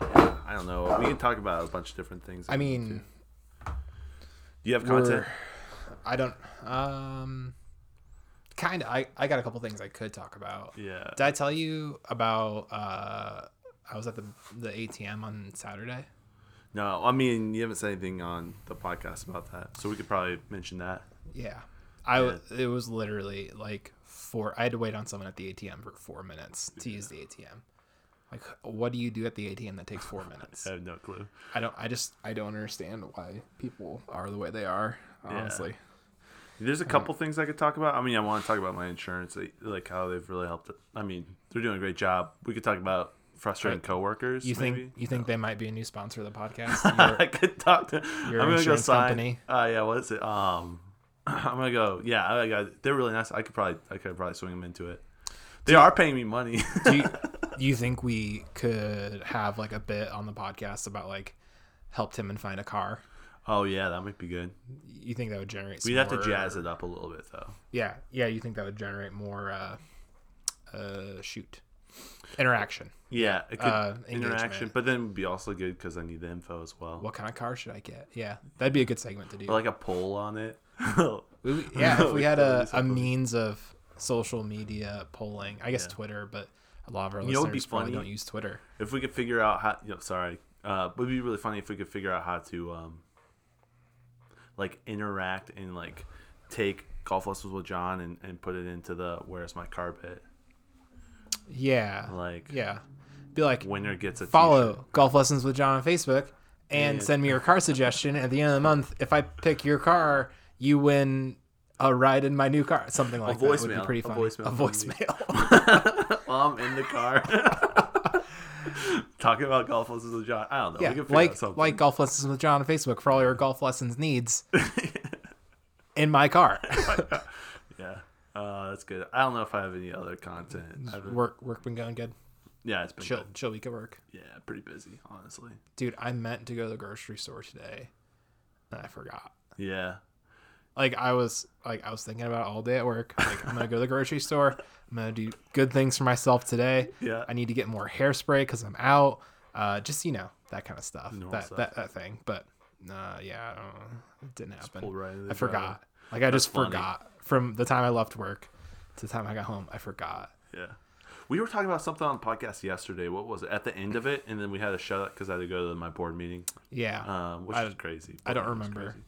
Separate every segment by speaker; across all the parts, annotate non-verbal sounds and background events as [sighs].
Speaker 1: I don't know. We can talk about a bunch of different things.
Speaker 2: I mean,
Speaker 1: do you have content?
Speaker 2: I don't. Um, kind of. I I got a couple things I could talk about.
Speaker 1: Yeah.
Speaker 2: Did I tell you about? Uh, I was at the the ATM on Saturday.
Speaker 1: No, I mean you haven't said anything on the podcast about that, so we could probably mention that.
Speaker 2: Yeah. I w- it was literally like four. I had to wait on someone at the ATM for four minutes to use the ATM. Like, what do you do at the ATM that takes four
Speaker 1: [laughs]
Speaker 2: minutes?
Speaker 1: I have no clue.
Speaker 2: I don't. I just. I don't understand why people are the way they are. Honestly.
Speaker 1: There's a couple things I could talk about. I mean, I want to talk about my insurance, like- like how they've really helped. I mean, they're doing a great job. We could talk about frustrating coworkers.
Speaker 2: You think
Speaker 1: maybe. [laughs]
Speaker 2: you think they might be a new sponsor of the podcast?
Speaker 1: I could talk to
Speaker 2: your
Speaker 1: I'm gonna go
Speaker 2: insurance
Speaker 1: sign.
Speaker 2: company?
Speaker 1: Uh, yeah, what is it? Um, [clears throat] I'm gonna go. Yeah, I got, they're really nice. I could probably, I could probably swing them into it. They are paying me money. [laughs]
Speaker 2: do, you, do you think we could have like a bit on the podcast about like helped him and find a car?
Speaker 1: oh yeah, that might be good.
Speaker 2: You think that would generate? Some
Speaker 1: We'd have to
Speaker 2: more-
Speaker 1: jazz it up a little bit though.
Speaker 2: Yeah, yeah. You think that would generate more? Uh, uh, shoot, interaction.
Speaker 1: Yeah, it could
Speaker 2: Uh,
Speaker 1: interaction,
Speaker 2: engagement.
Speaker 1: but then it would be also good because I need the info as well.
Speaker 2: What kind of car should I get? Yeah, that'd be a good segment to do.
Speaker 1: Or like a poll on it. [laughs]
Speaker 2: We- [laughs] yeah, if we had
Speaker 1: That [laughs] is
Speaker 2: a, a
Speaker 1: something.
Speaker 2: means of social media polling, I guess Twitter, but a lot of our
Speaker 1: know what'd be
Speaker 2: listeners probably
Speaker 1: funny?
Speaker 2: don't use Twitter.
Speaker 1: if we could figure out how you know, sorry uh it would be really funny if we could figure out how to um like interact and like take golf lessons with john and, and put it into the where's my carpet
Speaker 2: Yeah,
Speaker 1: like
Speaker 2: yeah. Be like,
Speaker 1: winner gets a
Speaker 2: follow
Speaker 1: t-shirt.
Speaker 2: Golf Lessons with John on Facebook and
Speaker 1: Yeah.
Speaker 2: send me your car suggestion. At the end of the month, if I pick your car, you win a ride in my new car. Something like that would
Speaker 1: voicemail.
Speaker 2: be pretty
Speaker 1: A
Speaker 2: funny.
Speaker 1: voicemail
Speaker 2: A
Speaker 1: from me. [laughs]
Speaker 2: voicemail.
Speaker 1: [laughs] while i'm in the car [laughs] talking about golf lessons with john i don't know we
Speaker 2: yeah,
Speaker 1: could figure out
Speaker 2: like
Speaker 1: something
Speaker 2: like Golf Lessons with John on Facebook for all your golf
Speaker 1: [laughs]
Speaker 2: lessons needs. in my car.
Speaker 1: yeah uh that's good i don't know if i have any other content I haven't-
Speaker 2: work work been going good.
Speaker 1: yeah it's been
Speaker 2: Chill
Speaker 1: good.
Speaker 2: chill week at work.
Speaker 1: yeah pretty busy honestly
Speaker 2: Dude, I meant to go to the grocery store today, and I forgot.
Speaker 1: yeah
Speaker 2: like I was like I was thinking about it all day at work. Like I'm gonna go to the grocery store. I'm gonna do good things for myself today.
Speaker 1: Yeah.
Speaker 2: I need to get more hairspray because I'm out. Uh, just you know that kind of stuff.
Speaker 1: Normal
Speaker 2: That,
Speaker 1: stuff.
Speaker 2: that that thing. But uh, yeah, I don't know. it didn't happen.
Speaker 1: pulled right into the
Speaker 2: I forgot.
Speaker 1: driveway.
Speaker 2: Like I just
Speaker 1: funny.
Speaker 2: forgot from the time I left work to the time I got home. I forgot.
Speaker 1: Yeah. We were talking about something on the podcast yesterday. What was it? At the end of it, and then we had to shut up because I had to go to my board meeting,
Speaker 2: Yeah.
Speaker 1: um, which
Speaker 2: I-
Speaker 1: is crazy.
Speaker 2: I don't
Speaker 1: Board meeting was
Speaker 2: remember.
Speaker 1: crazy.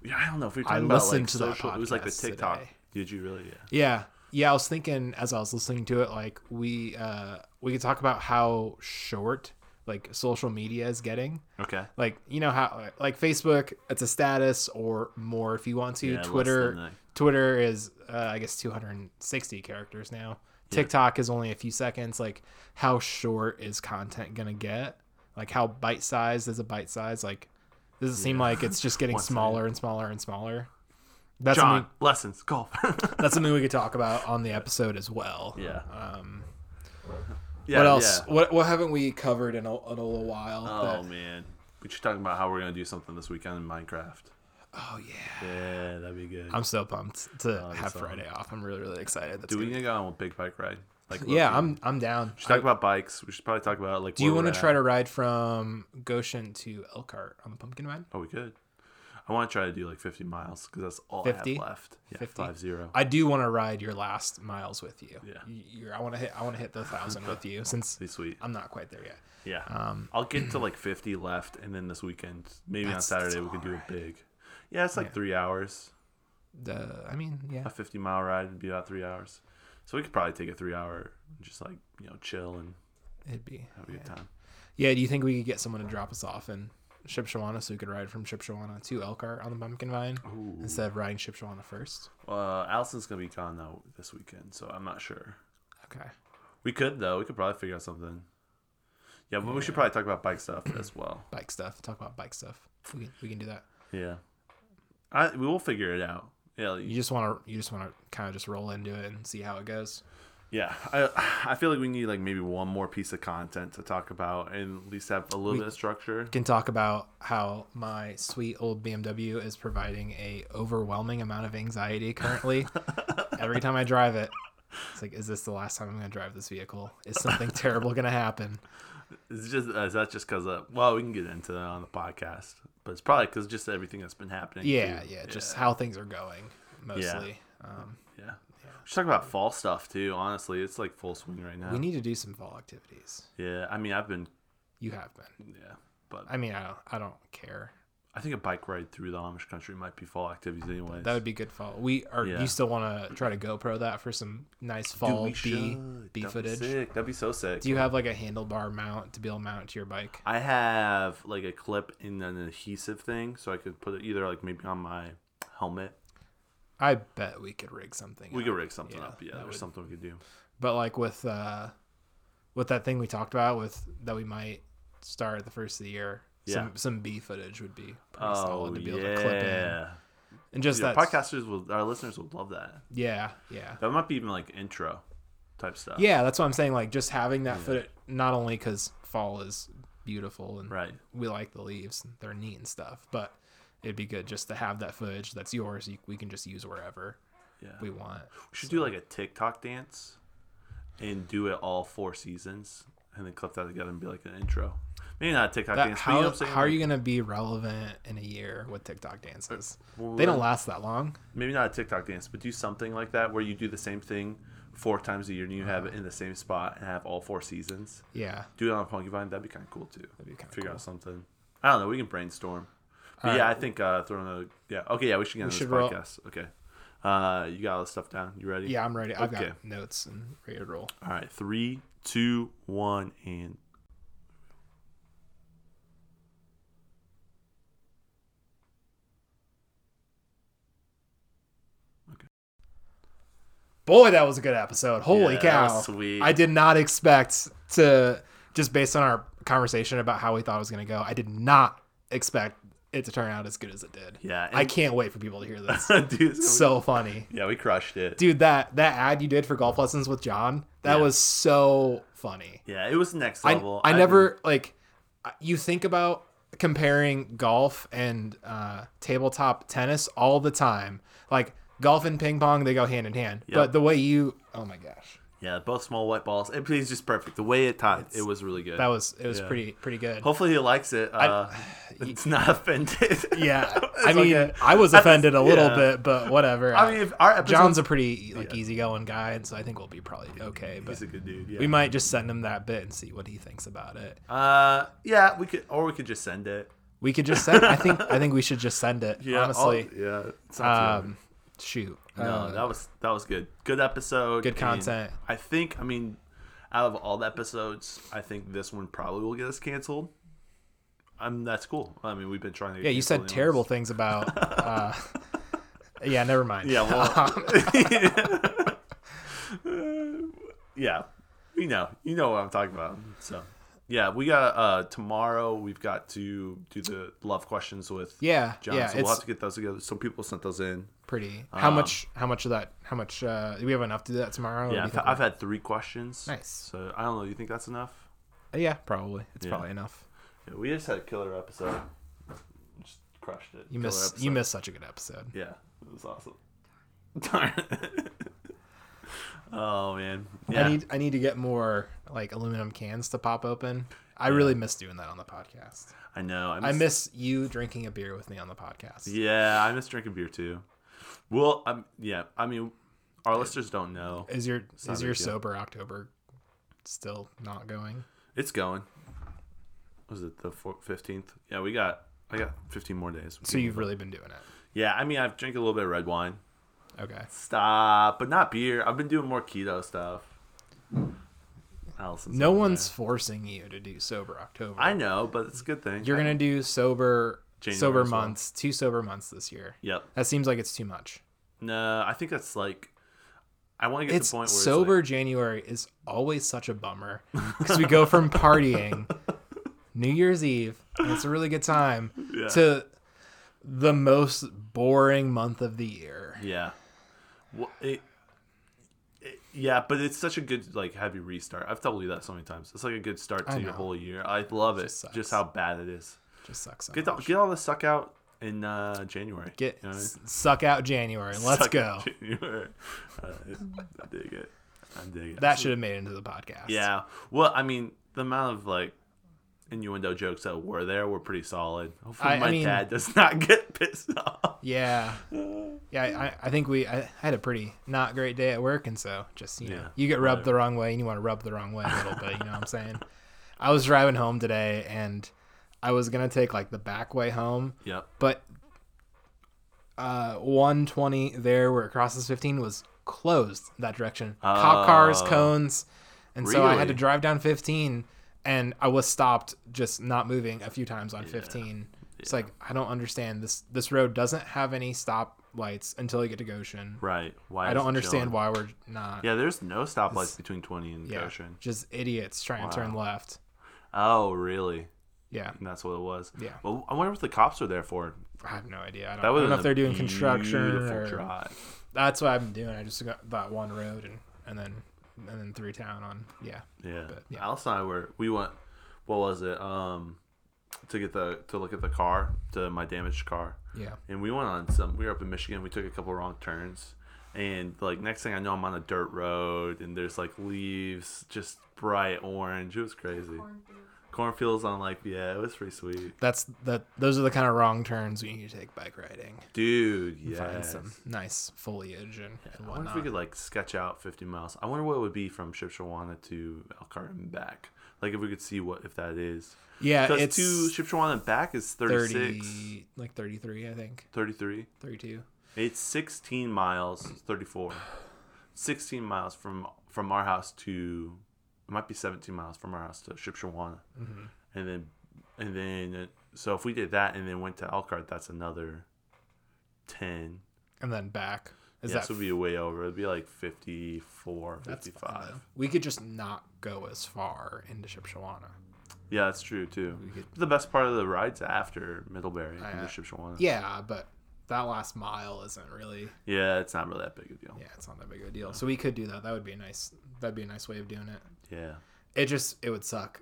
Speaker 1: Yeah, I don't know if we were
Speaker 2: I
Speaker 1: talking about like
Speaker 2: listened to that
Speaker 1: social. It was like the
Speaker 2: podcast
Speaker 1: TikTok.
Speaker 2: today.
Speaker 1: Did you really? Yeah.
Speaker 2: Yeah. Yeah, I was thinking as I was listening to it, like we uh we could talk about how short like social media is getting.
Speaker 1: Okay.
Speaker 2: like you know how like facebook it's a status or more if you want to
Speaker 1: Yeah, less than
Speaker 2: twitter
Speaker 1: that.
Speaker 2: twitter is uh, i guess 260 characters now tiktok is only a few seconds like how short is content gonna get like how bite-sized is a bite-size like does it seem like it's
Speaker 1: [laughs]
Speaker 2: just getting
Speaker 1: One second.
Speaker 2: smaller and smaller and smaller that's
Speaker 1: John,
Speaker 2: something
Speaker 1: lessons, golf. [laughs]
Speaker 2: that's something we could talk about on the episode as well
Speaker 1: yeah.
Speaker 2: um
Speaker 1: yeah.
Speaker 2: what else
Speaker 1: yeah.
Speaker 2: what what haven't we covered in a, in a little while
Speaker 1: Oh
Speaker 2: that-
Speaker 1: man, we should talk about how we're gonna do something this weekend in Minecraft.
Speaker 2: oh yeah
Speaker 1: Yeah, that'd be good.
Speaker 2: I'm so pumped to have
Speaker 1: so-
Speaker 2: Friday off. I'm really really excited. That's
Speaker 1: Oh, Do we
Speaker 2: gonna-
Speaker 1: need to go on a big bike ride? Like,
Speaker 2: yeah,
Speaker 1: low-key?
Speaker 2: I'm I'm down.
Speaker 1: We should talk about bikes. We should probably talk about like.
Speaker 2: Do you want to try to ride from Goshen to Elkhart on the Pumpkin Ride?
Speaker 1: Oh, we could. I want to try to do like 50 miles because that's all
Speaker 2: 50?
Speaker 1: I have left. Yeah,
Speaker 2: 50?
Speaker 1: five zero.
Speaker 2: I do want to ride your last miles with you.
Speaker 1: Yeah.
Speaker 2: Y- You're, I want to hit I want to hit the thousand
Speaker 1: [laughs]
Speaker 2: with you since
Speaker 1: Be sweet.
Speaker 2: I'm not quite there yet.
Speaker 1: yeah. I'll get to like 50 left, and then this weekend, maybe on
Speaker 2: Um, That's- that's
Speaker 1: Saturday, we could do it big. Yeah, it's like three hours.
Speaker 2: The I mean yeah
Speaker 1: A 50 mile ride would be about three hours. So we could probably take a three hour, just like you know, chill and
Speaker 2: it'd be
Speaker 1: have a good time.
Speaker 2: yeah. Do you think we could get someone to drop us off in Shipshawana so we could ride from Shipshawana to Elkhart on the Pumpkin Vine instead of riding Shipshawana first?
Speaker 1: Uh, Allison's gonna be gone though this weekend, so I'm not sure.
Speaker 2: Okay.
Speaker 1: We could though. We could probably figure out something. Yeah, but we should probably talk about bike stuff as well.
Speaker 2: Bike stuff. Talk about bike stuff. We can, we can do that.
Speaker 1: Yeah, I we will figure it out. Yeah,
Speaker 2: You just want to you just want to kind of just roll into it and see how it goes.
Speaker 1: Yeah, I I feel like we need like maybe one more piece of content to talk about and at least have a little bit of structure.
Speaker 2: can talk about how my sweet old BMW is providing a overwhelming amount of anxiety currently.
Speaker 1: [laughs]
Speaker 2: Every time
Speaker 1: [laughs]
Speaker 2: I drive it, it's like, is this the last time I'm going to drive this vehicle? Is something terrible going to happen?
Speaker 1: It's just uh, is that just because uh, well we can get into that on the podcast, but it's probably because just everything that's been happening.
Speaker 2: Yeah,
Speaker 1: too.
Speaker 2: yeah, just how things are going mostly. Um,
Speaker 1: yeah. We should talk about fall stuff too. Honestly, it's like full swing right now.
Speaker 2: we need to do some fall activities.
Speaker 1: yeah, I mean I've been
Speaker 2: You have been.
Speaker 1: yeah, but
Speaker 2: I mean, I don't, I don't care.
Speaker 1: I think a bike ride through the Amish country might be fall activities anyway.
Speaker 2: That would be good fall. We are.
Speaker 1: Yeah.
Speaker 2: You still want to try to GoPro that for some nice fall B B footage?
Speaker 1: Sick. That'd be so sick.
Speaker 2: Do you have like a handlebar mount to be able to mount to your bike?
Speaker 1: I have like a clip in an adhesive thing, so I could put it either like maybe on my helmet.
Speaker 2: I bet we could rig something.
Speaker 1: We
Speaker 2: up.
Speaker 1: could rig something
Speaker 2: Yeah,
Speaker 1: up. Yeah,
Speaker 2: that
Speaker 1: there's
Speaker 2: would-
Speaker 1: something we could do.
Speaker 2: but like with uh, with that thing we talked about with that we might start at the first of the year. Some some B footage would be pretty
Speaker 1: Oh
Speaker 2: solid to be able to clip in.
Speaker 1: yeah,
Speaker 2: And just
Speaker 1: yeah
Speaker 2: that
Speaker 1: podcasters will our listeners would love that.
Speaker 2: Yeah, yeah.
Speaker 1: That might be even like intro type stuff.
Speaker 2: Yeah, that's what I'm saying. Like just having that footage, not only because fall is beautiful and
Speaker 1: Right.
Speaker 2: we like the leaves, they're neat and stuff, but it'd be good just to have that footage that's yours. You, we can just use wherever
Speaker 1: Yeah.
Speaker 2: we want.
Speaker 1: We should do like a TikTok dance and do it all four seasons and then clip that together and be like an intro. Maybe not a TikTok
Speaker 2: That,
Speaker 1: dance. but you know
Speaker 2: how
Speaker 1: what I'm saying?
Speaker 2: how are
Speaker 1: Like,
Speaker 2: you gonna be relevant in a year with TikTok dances?
Speaker 1: Uh, well,
Speaker 2: they don't
Speaker 1: then-
Speaker 2: last that long.
Speaker 1: Maybe not a TikTok dance, but do something like that where you do the same thing four times a year and you have it in the same spot and have all four seasons.
Speaker 2: Yeah,
Speaker 1: Do it on a Punky Vine. That'd be kind of cool too.
Speaker 2: that'd be kind of
Speaker 1: Figure
Speaker 2: cool.
Speaker 1: out something. I don't know. We can brainstorm. But
Speaker 2: All
Speaker 1: yeah,
Speaker 2: right.
Speaker 1: I think uh, throwing a yeah. Okay, yeah, we should get into this
Speaker 2: should roll.
Speaker 1: podcast. Okay, uh, you got all this stuff down. You ready?
Speaker 2: Yeah, I'm ready. I've
Speaker 1: Okay.
Speaker 2: got notes and ready to roll.
Speaker 1: All right, three, two, one, and
Speaker 2: Boy, that was a good episode. Holy
Speaker 1: Yeah, that
Speaker 2: cow!
Speaker 1: was sweet.
Speaker 2: I did not expect to just based on our conversation about how we thought it was going to go. I did not expect it to turn out as good as it did.
Speaker 1: Yeah,
Speaker 2: I
Speaker 1: and-
Speaker 2: can't wait for people
Speaker 1: [laughs]
Speaker 2: to hear this.
Speaker 1: Dude, it's gonna
Speaker 2: so funny,
Speaker 1: be- yeah, we crushed it.
Speaker 2: dude. That that ad you did for golf lessons with John, that
Speaker 1: Yeah.
Speaker 2: was so funny.
Speaker 1: Yeah, it was next
Speaker 2: I,
Speaker 1: level.
Speaker 2: I
Speaker 1: I've
Speaker 2: never like I- you think about comparing golf and uh, tabletop tennis all the time. Like golf and ping pong, they go hand in hand. But the way you, oh my gosh,
Speaker 1: been- yeah, both small white balls. It was just perfect. The way it tied, it was really good.
Speaker 2: that was it was
Speaker 1: Yeah.
Speaker 2: pretty pretty good.
Speaker 1: Hopefully, he likes it.
Speaker 2: [sighs]
Speaker 1: Uh, [laughs] it's not offended.
Speaker 2: [laughs] Yeah, I
Speaker 1: It's
Speaker 2: mean,
Speaker 1: okay.
Speaker 2: I was offended a little
Speaker 1: yeah.
Speaker 2: bit, but whatever.
Speaker 1: I mean, if our episode,
Speaker 2: John's a pretty like easygoing guy, and so I think we'll be probably okay. But
Speaker 1: [laughs] he's a good dude. Yeah.
Speaker 2: we might just send him that bit and see what he thinks about it.
Speaker 1: uh, yeah, we could, or we could just send it.
Speaker 2: We could just send. I think I think we should just send
Speaker 1: [laughs]
Speaker 2: it.
Speaker 1: Yeah,
Speaker 2: honestly,
Speaker 1: all- yeah. It's not too
Speaker 2: um, shoot.
Speaker 1: bad.
Speaker 2: Uh,
Speaker 1: no, that was that was good. Good episode.
Speaker 2: Good
Speaker 1: and
Speaker 2: content.
Speaker 1: I think. I mean, out of all the episodes, I think this one probably will get us canceled. Um, that's cool. I mean, we've been trying to. Get
Speaker 2: yeah, you said terrible things about.
Speaker 1: [laughs]
Speaker 2: Uh, yeah, never mind. Um,
Speaker 1: Yeah.
Speaker 2: [laughs]
Speaker 1: Well, yeah. You know, you know what I'm talking about. So, yeah, we got uh tomorrow. We've got to do the love questions with
Speaker 2: yeah,
Speaker 1: John.
Speaker 2: yeah.
Speaker 1: so
Speaker 2: it's
Speaker 1: we'll have to get those together. Some people sent those in.
Speaker 2: pretty. How
Speaker 1: Um,
Speaker 2: much? How much of that? How much? Uh, do we have enough to do that tomorrow? Or do
Speaker 1: Yeah,
Speaker 2: you
Speaker 1: I've,
Speaker 2: think
Speaker 1: I've had three questions.
Speaker 2: Nice.
Speaker 1: So I don't know. You think that's enough?
Speaker 2: we're- yeah, probably. It's
Speaker 1: Yeah.
Speaker 2: probably enough.
Speaker 1: Yeah, we just had a killer episode. Just crushed it.
Speaker 2: You miss. You miss such a good episode.
Speaker 1: Yeah, it was awesome. [laughs] Darn. [laughs] oh man. Yeah.
Speaker 2: I need. I need to get more like aluminum cans to pop open. I really miss doing that on the podcast.
Speaker 1: I know.
Speaker 2: I miss you drinking a beer with me on the podcast.
Speaker 1: Yeah, I miss drinking beer too. Well, um, yeah, I mean, our listeners don't know
Speaker 2: Is your
Speaker 1: not
Speaker 2: is
Speaker 1: a
Speaker 2: your
Speaker 1: big deal.
Speaker 2: sober October still not going?
Speaker 1: it's going. Was it the fifteenth? Yeah, we got. I got fifteen more days.
Speaker 2: So you've really been doing it.
Speaker 1: Yeah, I mean, I've drank a little bit of red wine.
Speaker 2: Okay.
Speaker 1: Stop, but not beer. I've been doing more keto stuff. Allison's
Speaker 2: No
Speaker 1: over
Speaker 2: one's forcing you to do sober October.
Speaker 1: there. I know, but it's a good thing.
Speaker 2: You're gonna do sober
Speaker 1: January
Speaker 2: sober
Speaker 1: as well.
Speaker 2: months, two sober months this year.
Speaker 1: Yep.
Speaker 2: That seems like it's too much.
Speaker 1: No, I think that's like. I want to get
Speaker 2: It's
Speaker 1: to the point where
Speaker 2: sober January is always such a bummer because we
Speaker 1: [laughs]
Speaker 2: go from partying New Year's Eve, and it's a really good time,
Speaker 1: Yeah.
Speaker 2: to the most boring month of the year.
Speaker 1: It's like, yeah. Well, it, it, yeah, but it's such a good like heavy restart. I've told you that so many times. It's like a good start
Speaker 2: I
Speaker 1: to your
Speaker 2: know.
Speaker 1: whole year. I love it.
Speaker 2: just
Speaker 1: Just,
Speaker 2: sucks.
Speaker 1: how bad it is.
Speaker 2: Just sucks. so
Speaker 1: Get
Speaker 2: much.
Speaker 1: the, get all the suck out in uh, January.
Speaker 2: Get [laughs]
Speaker 1: You know what I mean?
Speaker 2: s- suck out January. Let's
Speaker 1: Suck
Speaker 2: go.
Speaker 1: out January. Uh, [laughs] I dig it. I dig it.
Speaker 2: That should have made it into the podcast.
Speaker 1: Yeah. Well, I mean, the amount of like innuendo jokes that were there were pretty solid. Hopefully,
Speaker 2: I- I
Speaker 1: my
Speaker 2: mean-
Speaker 1: dad does not [laughs] get pissed off.
Speaker 2: Yeah. Yeah, I, I think we I had a pretty not great day at work, and so just you know
Speaker 1: Yeah,
Speaker 2: you get rubbed the wrong way, and you want to rub the wrong way a little bit. You know what I'm saying? I was driving home today, and I was gonna take like the back way home,
Speaker 1: Yep.
Speaker 2: but uh 120 there where it crosses 15 was closed that direction. Cop cars,
Speaker 1: Oh.
Speaker 2: cones, and so I had to
Speaker 1: Really?
Speaker 2: drive down 15, and I was stopped just not moving a few times on 15. It's like I don't understand this. This road doesn't have any stop lights until you get to Goshen.
Speaker 1: Right. Why?
Speaker 2: I
Speaker 1: is
Speaker 2: don't
Speaker 1: it
Speaker 2: understand
Speaker 1: chilling?
Speaker 2: why we're not.
Speaker 1: Yeah, there's no stoplights between 20 and
Speaker 2: yeah,
Speaker 1: Goshen.
Speaker 2: just idiots trying to turn left.
Speaker 1: Oh, really?
Speaker 2: Yeah,
Speaker 1: And that's what it was.
Speaker 2: Yeah.
Speaker 1: Well, I wonder what the cops are there for.
Speaker 2: I have no idea. I don't,
Speaker 1: That
Speaker 2: I
Speaker 1: was
Speaker 2: don't know if they're doing construction or
Speaker 1: drive.
Speaker 2: that's what I've been doing. I just got that one road and and then and then through town on yeah.
Speaker 1: Yeah.
Speaker 2: yeah.
Speaker 1: Alice and I were we went what was it? Um to get the to look at the car, to my damaged car.
Speaker 2: Yeah.
Speaker 1: And we went on some we were up in Michigan, we took a couple wrong turns. And like next thing I know I'm on a dirt road and there's like leaves just bright orange. It was crazy. Cornfields on like yeah, it was pretty sweet.
Speaker 2: That's that those are the kind of wrong turns we need to take bike riding.
Speaker 1: Dude,
Speaker 2: Find
Speaker 1: yes.
Speaker 2: some nice foliage and, and
Speaker 1: I wonder
Speaker 2: whatnot.
Speaker 1: if we could like sketch out 50 miles. I wonder what it would be from Shipshawana to Elkhart and back. Like if we could see what if that is.
Speaker 2: yeah,
Speaker 1: Because
Speaker 2: Uh, it's
Speaker 1: to Shipshawana and back is 36,
Speaker 2: 30 like 33 I think.
Speaker 1: 33.
Speaker 2: 32.
Speaker 1: It's 16 miles, 34. 16 miles from from our house to it might be 17 miles from our house to Shipshawana.
Speaker 2: Mm-hmm.
Speaker 1: And then and then so if we did that and then went to Elkhart, that's another 10.
Speaker 2: And then back. Is
Speaker 1: yeah,
Speaker 2: that
Speaker 1: this would be way over. It'd be like 54,
Speaker 2: that's fine,
Speaker 1: 55.
Speaker 2: though. We could just not go as far into Shipshawana.
Speaker 1: Yeah, that's true too.
Speaker 2: could-
Speaker 1: the best part of the ride's after Middlebury
Speaker 2: I- uh,
Speaker 1: and the Shipshawana. Yeah.
Speaker 2: Yeah, but that last mile isn't really
Speaker 1: it's not really that big a deal.
Speaker 2: yeah, it's not that big of a deal. So we could do that. That would be a nice that'd be a nice way of doing it.
Speaker 1: Yeah.
Speaker 2: It just it would suck.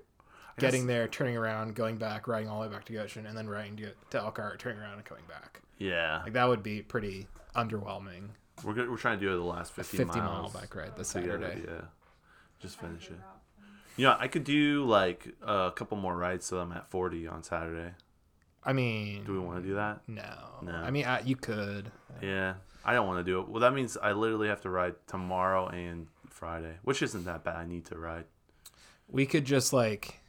Speaker 1: guess-
Speaker 2: Getting there, turning around, going back, riding all the way back to Goshen, and then riding to, to Elkhart, turning around and coming back.
Speaker 1: Yeah.
Speaker 2: Like that would be pretty underwhelming.
Speaker 1: we're good, we're trying to do the last 50,
Speaker 2: Fifty mile
Speaker 1: miles.
Speaker 2: bike ride this
Speaker 1: together,
Speaker 2: Saturday.
Speaker 1: Yeah. Just finish it. You know, I could do like a couple more rides so I'm at 40 on Saturday.
Speaker 2: I mean,
Speaker 1: Do we want
Speaker 2: Mm-hmm.
Speaker 1: to do that?
Speaker 2: no.
Speaker 1: No.
Speaker 2: I mean, I, you could.
Speaker 1: Yeah. I don't want to do it. Well, that means I literally have to ride tomorrow and Friday, which isn't that bad. I need to ride.
Speaker 2: We could just like,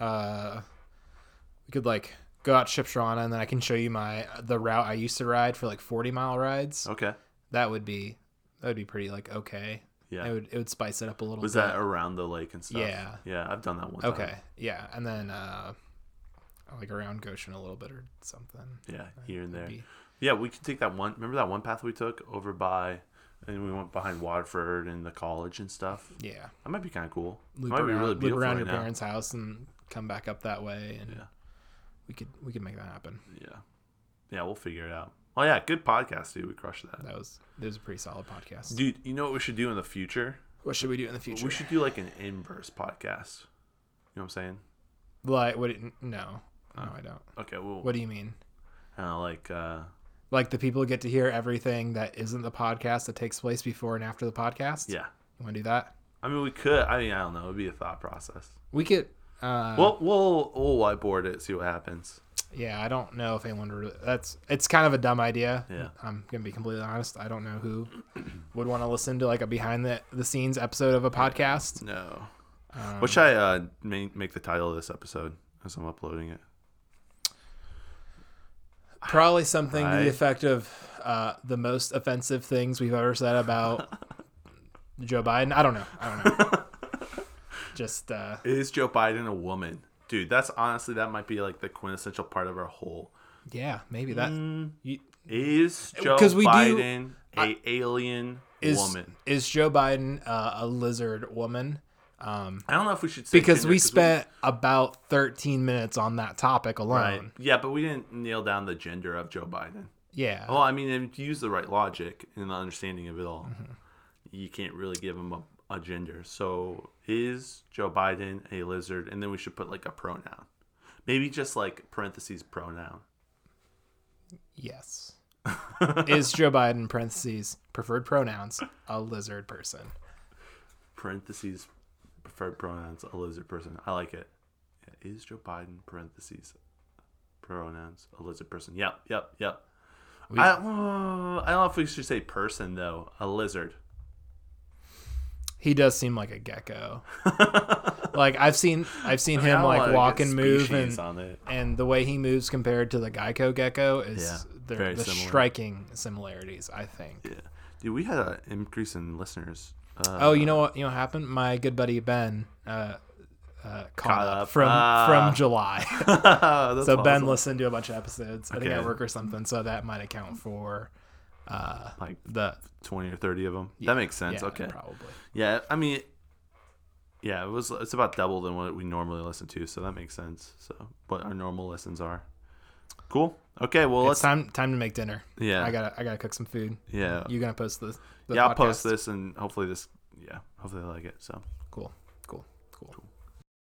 Speaker 2: uh, we could like go out to Shipshawana, and then I can show you my the route I used to ride for like forty mile rides.
Speaker 1: Okay.
Speaker 2: That would be that would be pretty like okay.
Speaker 1: Yeah.
Speaker 2: It would it would spice it up a little.
Speaker 1: Was
Speaker 2: bit.
Speaker 1: that around the lake and stuff?
Speaker 2: Yeah.
Speaker 1: Yeah, I've done that one. time.
Speaker 2: Okay. Yeah, and then uh like around Goshen a little bit or something.
Speaker 1: Yeah, here and there.
Speaker 2: That'd be-
Speaker 1: Yeah, we could take that one. Remember that one path we took over by, and we went behind Waterford and the college and stuff.
Speaker 2: Yeah.
Speaker 1: That might be kind of cool.
Speaker 2: Loop
Speaker 1: might
Speaker 2: around,
Speaker 1: be really
Speaker 2: loop
Speaker 1: beautiful
Speaker 2: around
Speaker 1: right
Speaker 2: your
Speaker 1: now.
Speaker 2: parents' house and come back up that way and
Speaker 1: Yeah.
Speaker 2: we could we could make that happen.
Speaker 1: Yeah, yeah, we'll figure it out. Oh yeah, good podcast, dude. We crushed that,
Speaker 2: That was that was a pretty solid podcast.
Speaker 1: dude. You know what we should do in the future?
Speaker 2: what should we do in the future?
Speaker 1: We should do like an inverse podcast. You know what I'm saying?
Speaker 2: like what no. No,
Speaker 1: Oh.
Speaker 2: I don't.
Speaker 1: Okay, well,
Speaker 2: What do you mean?
Speaker 1: uh, like, uh,
Speaker 2: Like the people get to hear everything that isn't the podcast that takes place before and after the podcast?
Speaker 1: yeah.
Speaker 2: You wanna do that?
Speaker 1: I mean, we could. I mean, I don't know. It'd be a thought process.
Speaker 2: We could uh,
Speaker 1: We'll we'll we'll whiteboard it. See what happens.
Speaker 2: Yeah, I don't know if anyone would. That's it's kind of a dumb idea.
Speaker 1: Yeah.
Speaker 2: I'm gonna be completely honest. I don't know who [clears throat] would want to listen to like a behind the the scenes episode of a podcast.
Speaker 1: No. what should I uh, make, make the title of this episode as I'm uploading it?
Speaker 2: Probably something to
Speaker 1: Right.
Speaker 2: the effect of uh, the most offensive things we've ever
Speaker 1: [laughs]
Speaker 2: said about Joe Biden. I don't know. I don't know. [laughs] Just uh,
Speaker 1: Is Joe Biden a woman? Dude, that's honestly, that might be like the quintessential part of our whole.
Speaker 2: yeah, maybe that
Speaker 1: Mm,
Speaker 2: you,
Speaker 1: Is Joe
Speaker 2: Uh, 'Cause we do-
Speaker 1: Biden a alien
Speaker 2: is
Speaker 1: woman?
Speaker 2: is Joe Biden uh, a lizard woman? Um,
Speaker 1: I don't know if we should say
Speaker 2: because
Speaker 1: gender,
Speaker 2: we spent about 13 minutes on that topic alone.
Speaker 1: Right. Yeah, but we didn't nail down the gender of Joe Biden.
Speaker 2: Yeah.
Speaker 1: Well, I mean, if you use the right logic and the understanding of it all,
Speaker 2: Mm-hmm.
Speaker 1: you can't really give him a, a gender. So, is Joe Biden a lizard? And then we should put like a pronoun. Maybe just like parentheses pronoun. [laughs]
Speaker 2: Yes. is Joe Biden parentheses preferred pronouns a lizard person?
Speaker 1: parentheses preferred pronouns a lizard person. I like it. Yeah, is Joe Biden parentheses pronouns a lizard person? Yep, yep, yep.
Speaker 2: We-
Speaker 1: I, uh, I don't know if we should say person though. A lizard.
Speaker 2: He does seem like
Speaker 1: [laughs]
Speaker 2: a gecko. like I've seen I've seen
Speaker 1: I
Speaker 2: him
Speaker 1: don't wanna
Speaker 2: like
Speaker 1: get
Speaker 2: walk and move
Speaker 1: species
Speaker 2: and
Speaker 1: on it.
Speaker 2: and the way he moves compared to the Geico gecko
Speaker 1: Yeah,
Speaker 2: is they're
Speaker 1: very
Speaker 2: the
Speaker 1: similar.
Speaker 2: striking similarities, I think.
Speaker 1: Yeah, dude, we had an increase in listeners. Uh,
Speaker 2: oh, you know what? You know what happened? My good buddy Ben uh, uh, caught, up,
Speaker 1: up.
Speaker 2: from
Speaker 1: Ah. [laughs]
Speaker 2: from July.
Speaker 1: [laughs] That's
Speaker 2: so Ben
Speaker 1: awesome.
Speaker 2: listened to a bunch of episodes, I think at
Speaker 1: Okay.
Speaker 2: work or something. So that might account for uh,
Speaker 1: like
Speaker 2: the
Speaker 1: 20 or 30 of them.
Speaker 2: Yeah,
Speaker 1: that makes sense.
Speaker 2: yeah,
Speaker 1: okay.
Speaker 2: probably.
Speaker 1: Yeah, I mean, yeah, it was. It's about double than what we normally listen to, so that makes sense. So, what our normal listens are. Cool. Okay. Well, let's.
Speaker 2: it's time time to make dinner.
Speaker 1: Yeah.
Speaker 2: I gotta I gotta cook some food.
Speaker 1: yeah.
Speaker 2: You gonna post this? the
Speaker 1: yeah. I'll post
Speaker 2: podcast?
Speaker 1: this, and hopefully this. Yeah. Hopefully they like it. So.
Speaker 2: Cool.